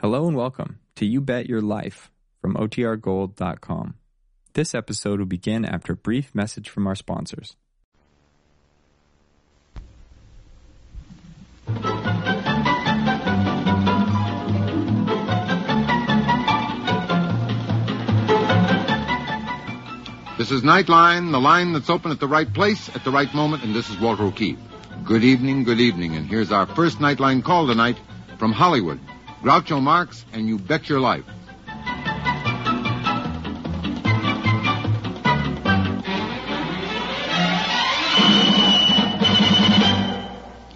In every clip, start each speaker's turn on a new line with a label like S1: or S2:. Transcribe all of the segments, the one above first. S1: Hello and welcome to You Bet Your Life from OTRGold.com. This episode will begin after a brief message from our sponsors.
S2: This is Nightline, the line that's open at the right place at the right moment, and this is Walter O'Keefe. Good evening, good evening, and here's our first Nightline call tonight from Hollywood. Groucho Marx and You Bet Your Life.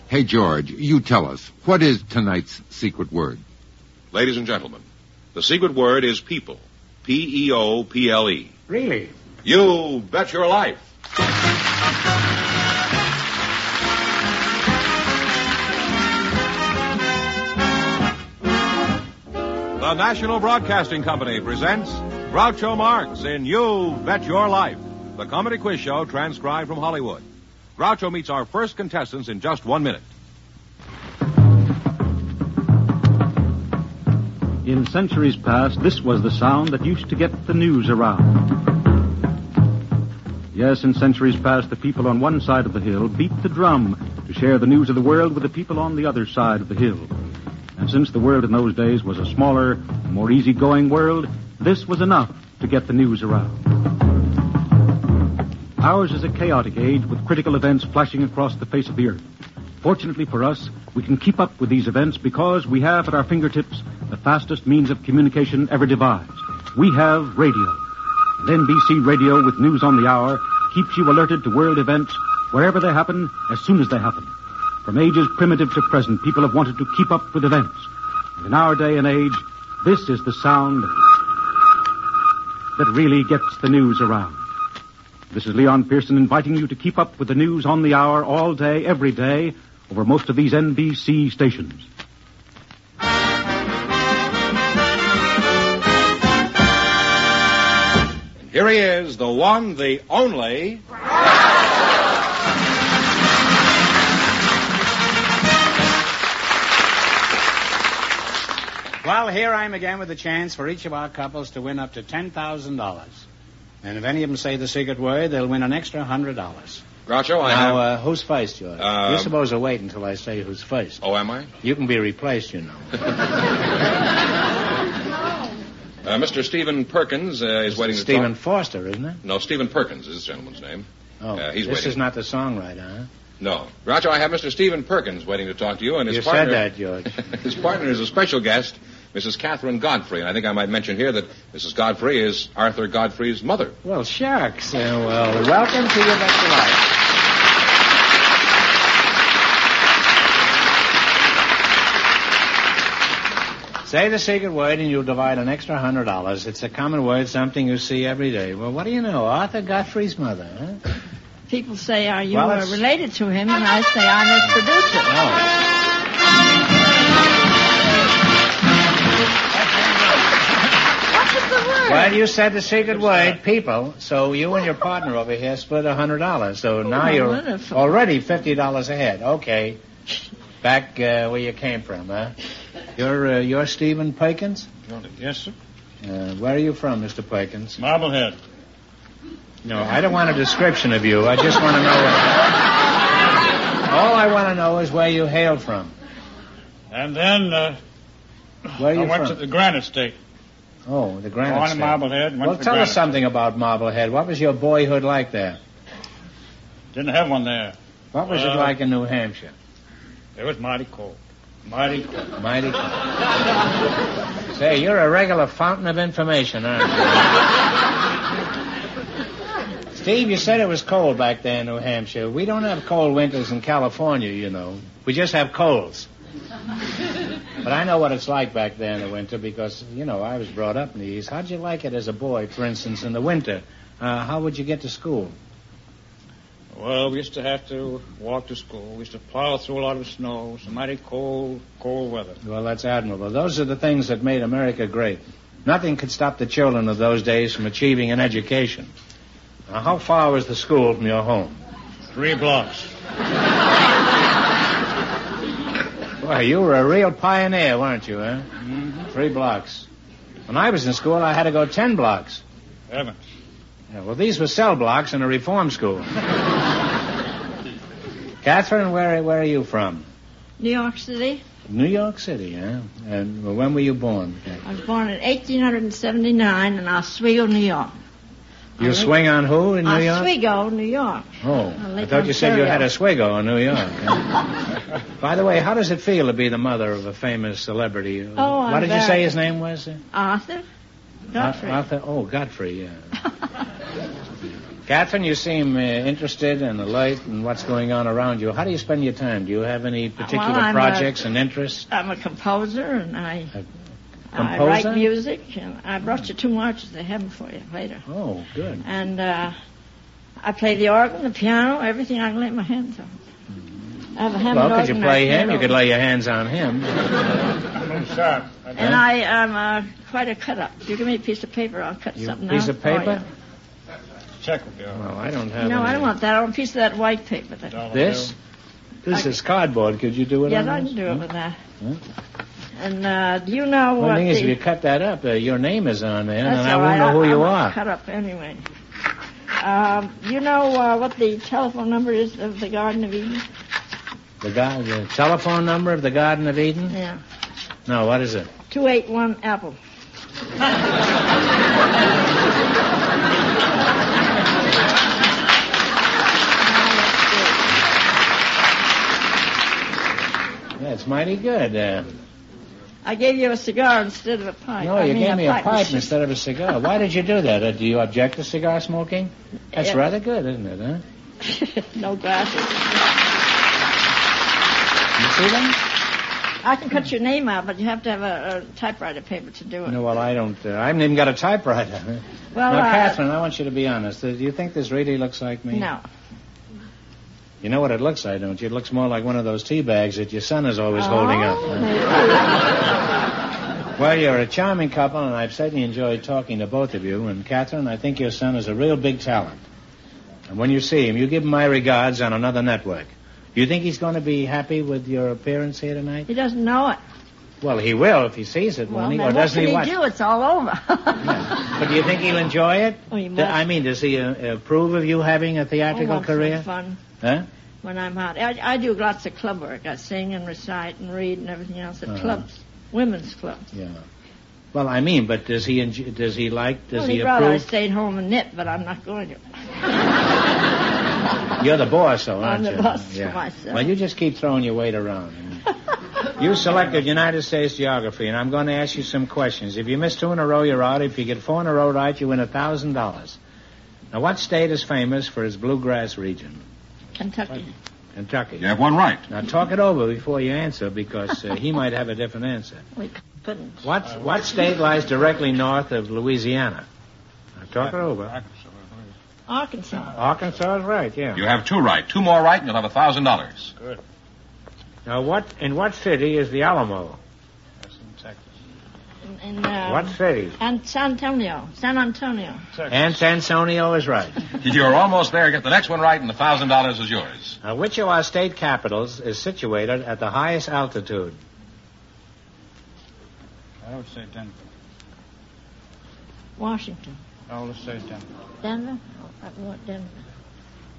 S2: Hey, George, you tell us, what is tonight's secret word?
S3: Ladies and gentlemen, the secret word is people. P E O P L E.
S4: Really?
S3: You bet your life. The National Broadcasting Company presents Groucho Marx in You Bet Your Life, the comedy quiz show transcribed from Hollywood. Groucho meets our first contestants in just one minute.
S5: In centuries past, this was the sound that used to get the news around. Yes, in centuries past, the people on one side of the hill beat the drum to share the news of the world with the people on the other side of the hill. And since the world in those days was a smaller, more easygoing world, this was enough to get the news around. Ours is a chaotic age with critical events flashing across the face of the earth. Fortunately for us, we can keep up with these events because we have at our fingertips the fastest means of communication ever devised. We have radio. And NBC Radio with news on the hour keeps you alerted to world events wherever they happen as soon as they happen. From ages primitive to present, people have wanted to keep up with events. And in our day and age, this is the sound that really gets the news around. This is Leon Pearson inviting you to keep up with the news on the hour all day, every day, over most of these NBC stations.
S3: Here he is, the one, the only.
S4: Well, here I'm again with a chance for each of our couples to win up to $10,000. And if any of them say the secret word, they'll win an extra $100.
S3: Groucho, I
S4: now,
S3: have.
S4: uh, who's first, George?
S3: Um,
S4: You're supposed to wait until I say who's first.
S3: Oh, am I?
S4: You can be replaced, you know.
S3: Uh, Mr. Stephen Perkins uh, is waiting to
S4: Stephen
S3: talk.
S4: Foster, isn't it?
S3: No, Stephen Perkins is this gentleman's name.
S4: Oh,
S3: Uh, he's
S4: this
S3: waiting.
S4: is not the songwriter, huh?
S3: No. Groucho, I have Mr. Stephen Perkins waiting to talk to you, and his
S4: You said
S3: partner...
S4: that, George.
S3: his partner is a special guest, Mrs. Catherine Godfrey. And I think I might mention here that Mrs. Godfrey is Arthur Godfrey's mother.
S4: Well, shucks. Uh, well, welcome to your best life. Say the secret word and you'll divide an extra hundred dollars. It's a common word, something you see every day. Well, what do you know? Arthur Godfrey's mother, huh?
S6: People say, are you
S4: Well,
S6: uh,
S4: it's-
S6: related to him? And I say, I'm his producer.
S4: No.
S6: What was the word?
S4: Well, you said the secret word, people. So you and your partner over here split a hundred dollars. So now
S6: my
S4: you're
S6: goodness.
S4: already fifty dollars ahead. Okay, back uh, where you came from, huh? You're uh, you're Stephen Perkins.
S7: Yes, sir.
S4: Uh, where are you from, Mr. Perkins?
S7: Marblehead.
S4: No, I don't want a description of you. I just want to know. All I want to know is where you hail from.
S7: And then uh,
S4: Where are
S7: I
S4: you
S7: went
S4: from?
S7: to the Granite State.
S4: Oh, the Granite
S7: Born in
S4: State.
S7: Marblehead, went
S4: Well,
S7: to
S4: tell
S7: Granite.
S4: us something about Marblehead. What was your boyhood like there?
S7: Didn't have one there.
S4: What was it
S7: Well-
S4: like in New Hampshire?
S7: It was mighty cold. Mighty cold.
S4: Mighty. Say, you're a regular fountain of information, aren't you? Steve, you said it was cold back there in New Hampshire. We don't have cold winters in California, you know. We just have colds. But I know what it's like back there in the winter because, you know, I was brought up in the East. How'd you like it as a boy, for instance, in the winter? Uh, how would you get to school?
S7: Well, we used to have to walk to school. We used to plow through a lot of snow. It was mighty cold, cold weather.
S4: Well, that's admirable. Those are the things that made America great. Nothing could stop the children of those days from achieving an education. Now, how far was the school from your home?
S7: Three blocks.
S4: Well, you were a real pioneer, weren't you, huh? Three blocks. When I was in school, I had to go ten blocks.
S7: Heavens.
S4: Yeah, well, these were cell blocks in a reform school. Catherine, where, where are you from?
S6: New York City.
S4: New York City, huh? And well, when were you born?
S6: I was born in 1879 in Oswego, New York.
S4: You swing on who in New York?
S6: Oswego, New York.
S4: Oh,
S6: I
S4: I
S6: live
S4: thought
S6: in
S4: you said you had
S6: Ontario.
S4: a swiggo in New York. By the way, how does it feel to be the mother of a famous celebrity?
S6: Oh,
S4: what
S6: I'm
S4: did you say
S6: very-
S4: his name was?
S6: Arthur? Godfrey.
S4: Ar- Arthur. Oh, Godfrey. Yeah. Catherine, you seem uh, interested and alert in what's going on around you. How do you spend your time? Do you have any particular
S6: I'm a-
S4: projects and interests?
S6: I'm a composer and I,
S4: A
S6: I
S4: composer?
S6: write music and I brought you two marches. I have them for you later.
S4: Oh, good.
S6: And uh, I play the organ, the piano, everything I can lay my hands on. I have a Hammond
S4: well, could you
S6: organ,
S4: play
S6: I
S4: him? You
S6: piano.
S4: could lay your hands on him.
S6: And I am uh, quite a cut up. You give me a piece of paper, I'll cut
S4: You
S6: something out.
S4: piece of
S6: for
S4: paper?
S6: you.
S7: Check will be all
S4: Well, I don't have
S6: No,
S4: any.
S6: I don't want that. I want a piece of that white paper. That,
S7: right.
S4: This? This is cardboard. Could you do it
S6: yes,
S4: on
S6: I
S4: this?
S6: can do it with that.
S4: Huh?
S6: And uh, do you know
S4: Well,
S6: what?
S4: the thing is,
S6: the-
S4: if you cut that up, uh, your name is on there,
S6: That's
S4: and I
S6: all
S4: won't
S6: right.
S4: know who
S6: I-
S4: you
S6: I
S4: are.
S6: won't Cut up anyway. Um, you know uh, what the telephone number is of the Garden of Eden?
S4: The, gar- the telephone number of the Garden of Eden?
S6: Yeah,
S4: No, what is it?
S6: two eight one apple.
S4: That's mighty good. Uh,
S6: I gave you a cigar instead of a pipe.
S4: no,
S6: I
S4: you
S6: mean,
S4: gave me a pipe
S6: It's
S4: instead of a cigar. Why did you do that? Uh, do you object to cigar smoking? That's
S6: Yeah.
S4: rather good, isn't it, huh?
S6: no glasses.
S4: You see that?
S6: I can cut your name out, but you have to have a, a typewriter paper to do it.
S4: No, well, I don't. Uh, I haven't even got a typewriter.
S6: Well,
S4: now,
S6: uh,
S4: Catherine, I want you to be honest. Uh, do you think this really looks like me?
S6: No.
S4: You know what it looks like, don't you? It looks more like one of those tea bags that your son is always holding up.
S6: Oh,
S4: huh?
S6: maybe.
S4: Well, you're a charming couple, and I've certainly enjoyed talking to both of you. And Catherine, I think your son is a real big talent. And when you see him, you give him my regards on another network. You think he's going to be happy with your appearance here tonight?
S6: He doesn't know it.
S4: Well, he will if he sees it,
S6: Well,
S4: won't he?
S6: now,
S4: Or
S6: what
S4: doesn't
S6: can
S4: he
S6: he
S4: watch?
S6: do? It's all over.
S4: But do you think he'll enjoy it?
S6: Oh, he
S4: Do-
S6: must.
S4: I mean, does he uh, approve of you having a theatrical
S6: Oh, once in
S4: career?
S6: Fun.
S4: Huh?
S6: when I'm out. I, I do lots of club work. I sing and recite and read and everything else at
S4: Uh-huh.
S6: clubs, women's clubs.
S4: Yeah. Well, I mean, but does he enj- does he like does
S6: well,
S4: he
S6: would rather I
S4: approve?
S6: stayed home and knit, but I'm not going to.
S4: You're the boss, though, aren't
S6: I'm
S4: you?
S6: the boss to myself.
S4: Well, you just keep throwing your weight around. you selected United States geography, and I'm going to ask you some questions. If you miss two in a row, you're out. If you get four in a row right, you win a thousand dollars. Now, what state is famous for its bluegrass region?
S6: Kentucky.
S4: Kentucky.
S3: You have one right.
S4: Now, talk it over before you answer, because uh, he might have a different answer.
S6: We couldn't.
S4: What what state lies directly north of Louisiana? Now, talk it over.
S6: Arkansas.
S4: Arkansas is right, yeah.
S3: You have two right. Two more right, and you'll have a thousand dollars.
S4: Now, what in what city is the Alamo?
S7: That's in Texas.
S6: And, um,
S4: what city?
S6: And San Antonio. San Antonio.
S4: And Sansonio is right.
S3: You're almost there. Get the next one right, and the thousand dollars is yours.
S4: Now, which of our Uh, state capitals is situated at the highest altitude?
S7: I would say Denver.
S6: Washington.
S7: I would say Denver.
S6: Denver. Oh, I want Denver.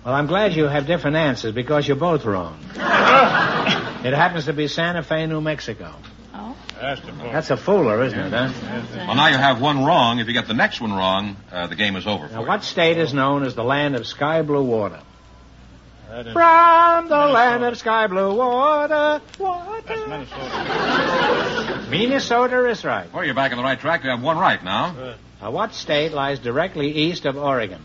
S4: Well, I'm glad you have different answers because you're both wrong. it happens to be Santa Fe, New Mexico.
S6: Oh. uh,
S7: That's the boy.
S4: That's a fooler, isn't it, huh?
S3: Well, now you have one wrong. If you get the next one wrong, uh, the game is over for
S4: Now,
S3: you.
S4: what state is known as the land of sky blue water?
S7: That is,
S4: From the land of sky blue water,
S7: that's
S4: water.
S7: Minnesota.
S4: Minnesota is right.
S3: Well, you're back on the right track. You have one right now.
S4: Now, what state lies directly east of Oregon?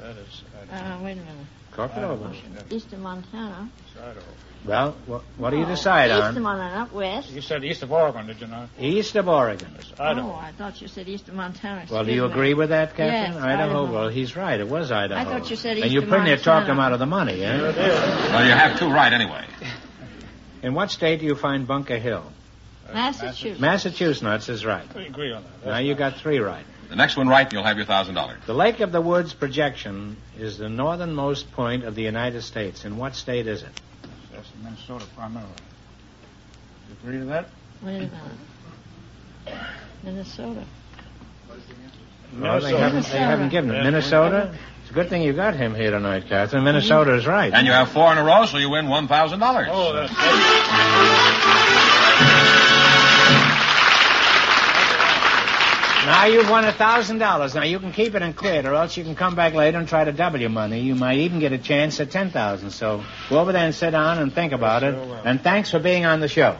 S7: That is uh,
S6: Uh, wait a minute.
S4: Talk it over.
S6: East of Montana.
S7: Idaho.
S4: Well, wh- what do you
S6: Oh,
S4: decide
S6: east
S4: on?
S6: of Montana. West.
S7: You said east of Oregon, did you not?
S4: East of Oregon.
S7: It's
S6: Oh,
S7: Idaho.
S6: I thought you said east of Montana.
S4: Well, do
S6: Excuse
S4: you
S6: me.
S4: agree with that, Captain?
S6: Yes,
S4: Idaho.
S6: Idaho.
S4: Well, he's right. It was Idaho.
S6: I thought you said
S4: And you
S6: Eastern
S4: pretty near talked him
S6: Montana.
S4: out of the money, eh?
S3: Well, you have two right anyway.
S4: In what state do you find Bunker Hill?
S6: Massachusetts.
S4: Massachusetts is right.
S7: We agree on that.
S4: Now you got three right.
S3: The next one right, and you'll have your thousand dollars.
S4: The Lake of the Woods projection is the northernmost point of the United States. In what state is it?
S7: That's Minnesota primarily. You agree to that?
S6: Wait a minute. Minnesota.
S4: Well, they haven't, they haven't given him.
S7: Yeah.
S4: Minnesota? It's a good thing you got him here tonight, Catherine. Minnesota is right.
S3: And you have four in a row, so you win $1,000.
S7: Oh, that's
S4: Now you've won a thousand dollars. Now you can keep it and clear it, or else you can come back later and try to double your money. You might even get a chance at ten thousand. So go over there and sit down and think about it.
S7: Sure will.
S4: And thanks for being on the show.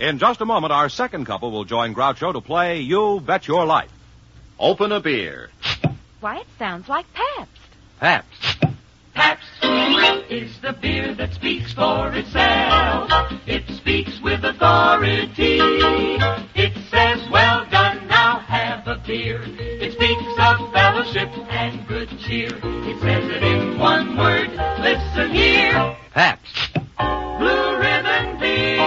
S3: In just a moment, our second couple will join Groucho to play You Bet Your Life.
S8: Open a beer.
S9: Why, it sounds like Pabst.
S8: Paps.
S10: Pabst is the beer that speaks for itself. It speaks with authority. It says, well done, now have a beer. It speaks of fellowship and good cheer. It says it in one word. Listen here.
S8: Paps.
S10: Blue Ribbon Beer.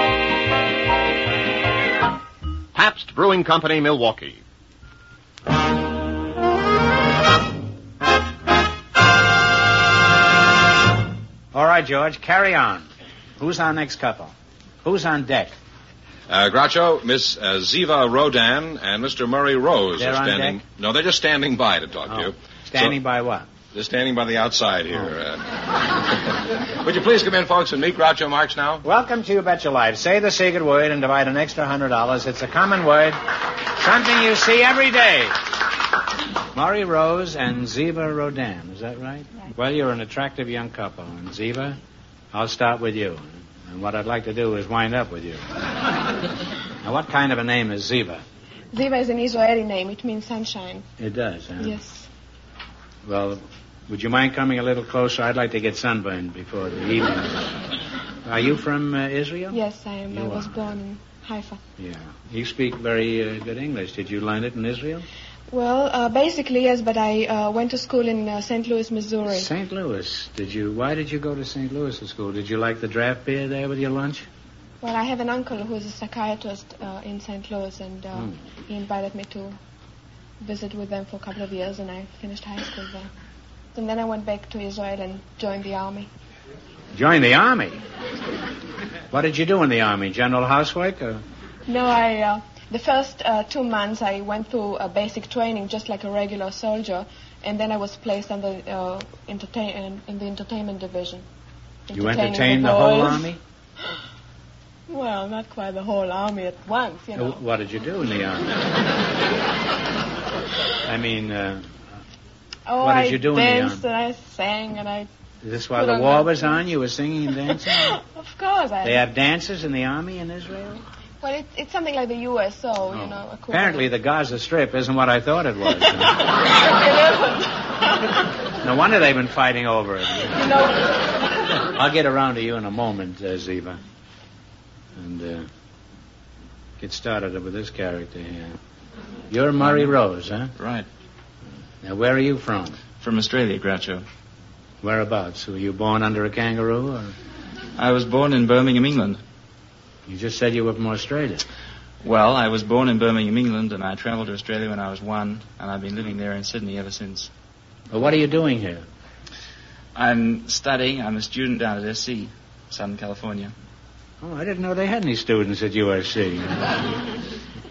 S8: Pabst Brewing Company, Milwaukee.
S4: All right, George, carry on. Who's our next couple? Who's on deck?
S3: Uh, Groucho, Miss uh, Ziva Rodan and Mr. Murray Rose
S4: They're
S3: are
S4: on
S3: standing.
S4: deck? Oh.
S3: No, they're just standing by to talk to you.
S4: Standing
S3: So-
S4: by what?
S3: They're standing by the outside here.
S4: Oh.
S3: Uh, would you please come in, folks, and meet Groucho Marx now?
S4: Welcome to You Bet Your Life. Say the secret word and divide an extra hundred dollars. It's a common word, something you see every day. Maury Rose and Ziva Rodan, is that right? Well, you're an attractive young couple, and Ziva, I'll start with you. And what I'd like to do is wind up with you. now, what kind of a name is Ziva?
S11: Ziva is an Israeli name. It means sunshine.
S4: It does, huh?
S11: Yes.
S4: Well, would you mind coming a little closer? I'd like to get sunburned before the evening. Are you from uh, Israel?
S11: Yes, I am. I
S4: You
S11: was
S4: are.
S11: born in Haifa.
S4: Yeah. You speak very uh, good English. Did you learn it in Israel?
S11: Well, uh, basically, yes, but I uh, went to school in uh, St. Louis, Missouri.
S4: St. Louis. Did you? Why did you go to St. Louis to school? Did you like the draft beer there with your lunch?
S11: Well, I have an uncle who is a psychiatrist uh, in St. Louis, and uh,
S4: Hmm.
S11: he invited me to visit with them for a couple of years, and I finished high school there. And then I went back to Israel and joined the army.
S4: Join the army. what did you do in the army? General Uh, housework? Or?
S11: No, I. Uh, the first uh, two months I went through a basic training just like a regular soldier, and then I was placed on the, uh, entertain, in the entertainment division.
S4: You
S11: Entertaining
S4: entertained the whole
S11: boys.
S4: army.
S11: Well, not quite the whole army at once, you know.
S4: Uh, What did you do in the army? I mean, uh,
S11: oh,
S4: what did
S11: I
S4: you do in the
S11: danced and I sang and I.
S4: is this while
S11: Put
S4: the
S11: on
S4: war
S11: that-
S4: was on? You were singing and dancing.
S11: of course, I.
S4: they have dances in the army in Israel.
S11: Well, it, it's something like the USO, Oh, you know. equivalent.
S4: Oh. Apparently, the Gaza Strip isn't what I thought it was.
S11: It isn't.
S4: no wonder they've been fighting over it.
S11: you know.
S4: I'll get around to you in a moment, uh, Ziva. And uh, get started with this character here. You're Murray Rose, huh?
S12: Right.
S4: Now, where are you from?
S12: From Australia, Groucho.
S4: Whereabouts? Were you born under a kangaroo, or
S12: I was born in Birmingham, England.
S4: you just said you were from Australia?
S12: Well, I was born in Birmingham, England, and I travelled to Australia when I was one, and I've been living there in Sydney ever since.
S4: Well, what are you doing here?
S12: I'm studying. I'm a student down at SC, Southern California.
S4: Oh, I didn't know they had any students at USC.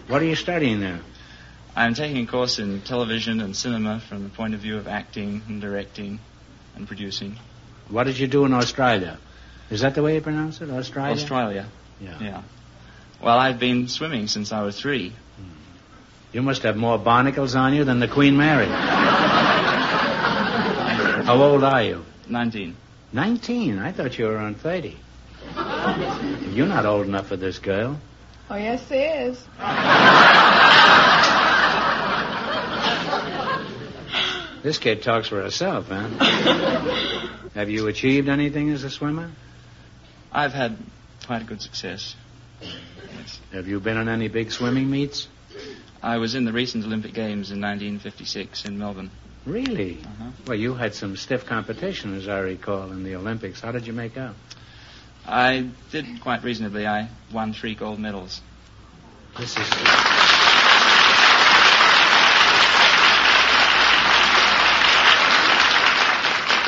S4: what are you studying there?
S12: I'm taking a course in television and cinema from the point of view of acting and directing and producing.
S4: What did you do in Australia? Is that the way you pronounce it? Australia?
S12: Australia.
S4: Oh, Yeah.
S12: Yeah. Well, I've been swimming since I was three.
S4: You must have more barnacles on you than the Queen Mary. How old are you?
S12: Nineteen.
S4: Nineteen. I thought you were around thirty. You're not old enough for this girl.
S11: Oh, yes, it is.
S4: This kid talks for herself, huh? have you achieved anything as a swimmer?
S12: I've had quite a good success. Yes.
S4: Have you been on any big swimming meets?
S12: I was in the recent Olympic Games in 1956 in Melbourne.
S4: Really?
S12: Uh-huh.
S4: Well, you had some stiff competition, as I recall, in the Olympics. How did you make out?
S12: I did quite reasonably. I won three gold medals.
S4: This is.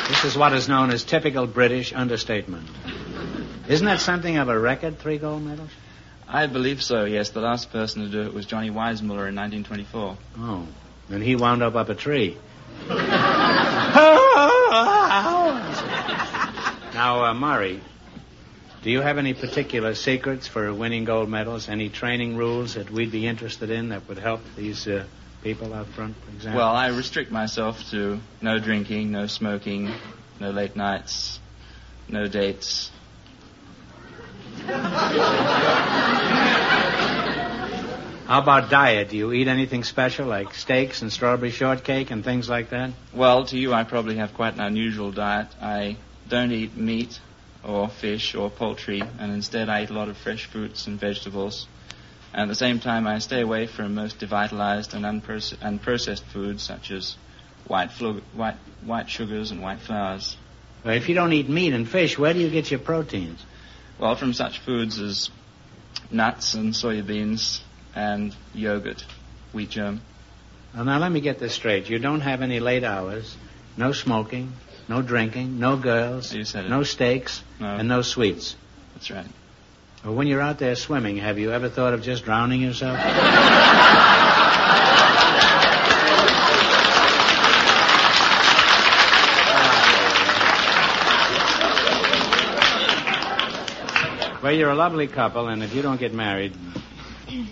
S4: This is what is known as typical British understatement. Isn't that something of a record, three gold medals?
S12: I believe so, yes. The last person to do it was Johnny Weissmuller in 1924.
S4: Oh, and he wound up up a tree. now, uh, Mari, do you have any particular secrets for winning gold medals? Any training rules that we'd be interested in that would help these uh, people out front, for example?
S12: Well, I restrict myself to no drinking, no smoking, no late nights, no dates.
S4: How about diet? Do you eat anything special like steaks and strawberry shortcake and things like that?
S12: Well, to you, I probably have quite an unusual diet. I don't eat meat or fish or poultry, and instead I eat a lot of fresh fruits and vegetables. And at the same time, I stay away from most devitalized and unproce- unprocessed foods such as white, flu- white, white sugars and white flours.
S4: Well, if you don't eat meat and fish, where do you get your proteins?
S12: Well, from such foods as nuts and soybeans and yogurt, wheat germ.
S4: Well, now let me get this straight. You don't have any late hours, no smoking, no drinking, no girls,
S12: You said it.
S4: no steaks,
S12: No.
S4: and no sweets.
S12: That's right.
S4: Well, when you're out there swimming, have you ever thought of just drowning yourself? well, you're a lovely couple, and if you don't get married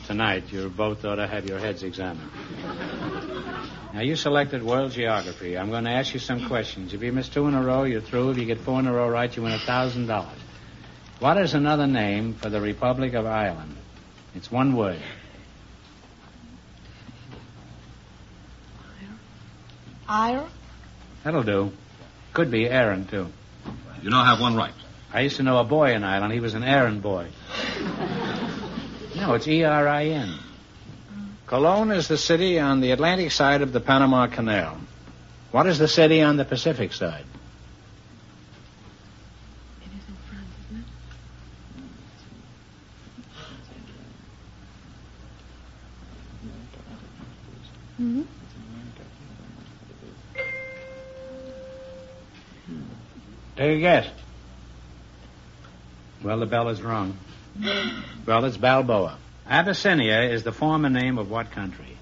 S4: tonight, you both ought to have your heads examined. Now, you selected world geography. I'm going to ask you some questions. If you miss two in a row, you're through. If you get four in a row right, you win a $1,000. What is another name for the Republic of Ireland? It's one word.
S11: Ire?
S4: That'll do. Could be errand, too.
S2: You now have one right.
S4: I used to know a boy in Ireland. He was an errand boy. no, it's E R I N. Cologne is the city on the Atlantic side of the Panama Canal. What is the city on the Pacific side?
S13: Mm-hmm.
S4: Take a guess. Well, the bell is rung. Well, it's Balboa. Abyssinia is the former name of what country?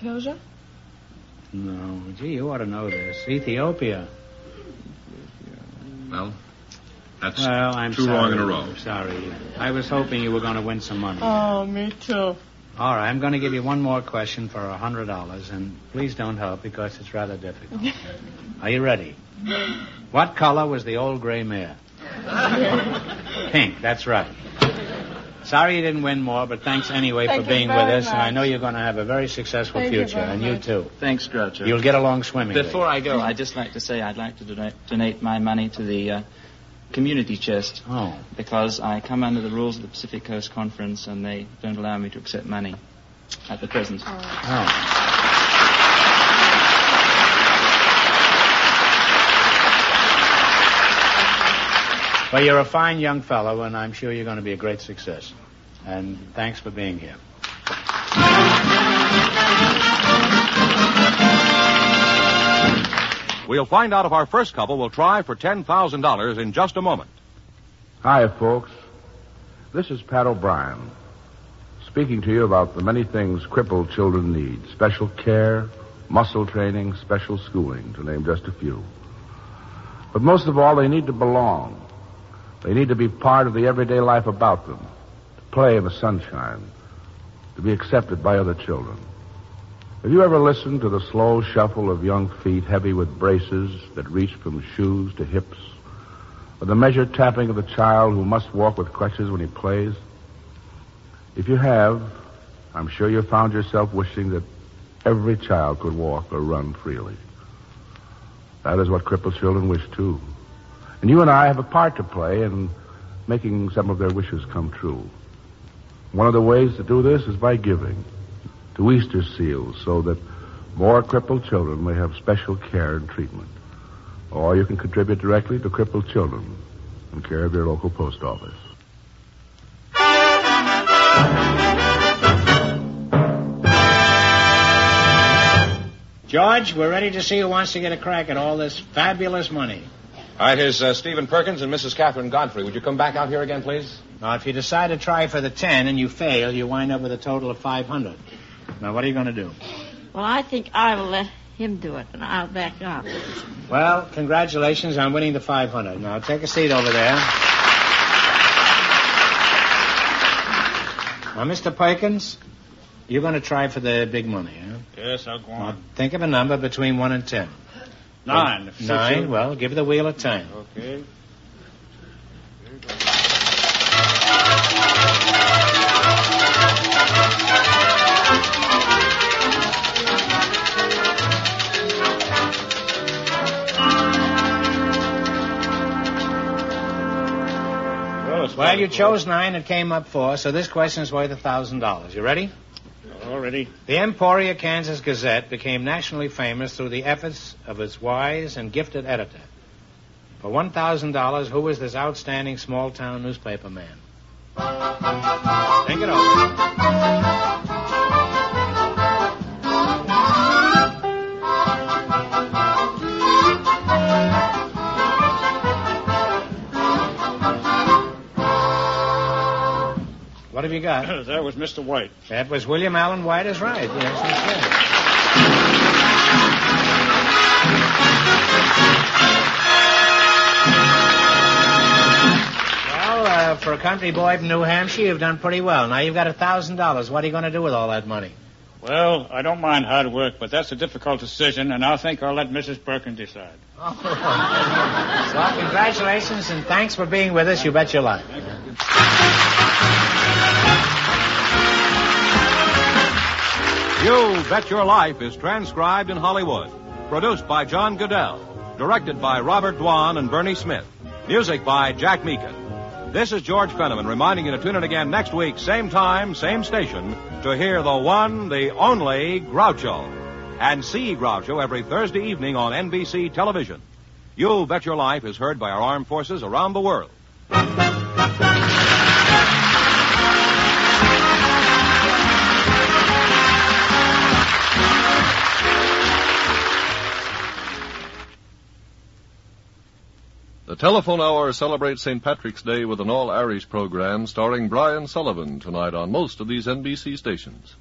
S11: Persia?
S4: No. Gee, you ought to know this. Ethiopia.
S2: Well, that's
S4: well, I'm
S2: two
S4: sorry.
S2: wrong in a row.
S4: I'm sorry. I was hoping you were going to win some money.
S11: Oh, me too.
S4: All right, I'm going to give you one more question for a hundred dollars, and please don't help because it's rather difficult. Are you ready? What color was the old gray mare? Pink. That's right. Sorry you didn't win more, but thanks anyway
S11: Thank
S4: for
S11: you
S4: being with
S11: very
S4: us, and
S11: much.
S4: I know you're going to have a very successful
S11: Thank you
S4: future,
S11: very
S4: and you
S11: much.
S4: too.
S12: Thanks, Groucho.
S4: You'll get along swimmingly.
S12: Before I go, I'd just like to say I'd like to donate, donate my money to the uh, community chest.
S4: Oh.
S12: Because I come under the rules of the Pacific Coast Conference and they don't allow me to accept money at the present.
S4: Oh. Well, you're a fine young fellow, and I'm sure you're going to be a great success. And thanks for being here.
S3: We'll find out if our first couple will try for $10,000 in just a moment.
S5: Hi, folks. This is Pat O'Brien, speaking to you about the many things crippled children need special care, muscle training, special schooling, to name just a few. But most of all, they need to belong. They need to be part of the everyday life about them, to play in the sunshine, to be accepted by other children. Have you ever listened to the slow shuffle of young feet heavy with braces that reach from shoes to hips? or the measured tapping of the child who must walk with crutches when he plays? If you have, I'm sure you found yourself wishing that every child could walk or run freely. That is what crippled children wish too. And you and I have a part to play in making some of their wishes come true. One of the ways to do this is by giving to Easter Seals so that more crippled children may have special care and treatment.
S14: Or you can contribute directly to crippled children in care of your local post office.
S4: George, we're ready to see who wants to get a crack at all this fabulous money.
S3: All right, here's uh, Stephen Perkins and Mrs. Catherine Godfrey. Would you come back out here again, please?
S4: Now, if you decide to try for the 10 and you fail, you wind up with a total of 500. Now, what are you going to do?
S6: Well, I think I will let him do it, and I'll back up.
S4: Well, congratulations on winning the 500. Now, take a seat over there. Now, Mr. Perkins, you're going to try for the big money, huh?
S7: Yes, I'll go on.
S4: Think of a number between 1 and 10.
S7: Nine. if suits
S4: Nine,
S7: you.
S4: well, give the wheel a time.
S7: Okay.
S4: Well, you chose nine, it came up four, so this question's worth a thousand dollars. You ready?
S7: Already.
S4: The Emporia, Kansas Gazette became nationally famous through the efforts of its wise and gifted editor. For one thousand dollars, who was this outstanding small town newspaper man? Think it over. What have you got?
S7: that was Mr. White.
S4: That was William Allen White is right. Yes, that's right. Well, uh, for a country boy from New Hampshire, you've done pretty well. Now you've got a thousand dollars. What are you going to do with all that money?
S7: Well, I don't mind hard work, but that's a difficult decision, and I think I'll let Mrs. Perkins decide.
S4: Well, congratulations and thanks for being with us. You bet your life.
S3: You Bet Your Life is transcribed in Hollywood. Produced by John Goodell. Directed by Robert Dwan and Bernie Smith. Music by Jack Meekin. This is George Fenneman reminding you to tune in again next week, same time, same station, to hear the one, the only Groucho. And see Groucho every Thursday evening on NBC television. You Bet Your Life is heard by our armed forces around the world.
S15: The Telephone Hour celebrates St. Patrick's Day with an all Irish program starring Brian Sullivan tonight on most of these NBC stations.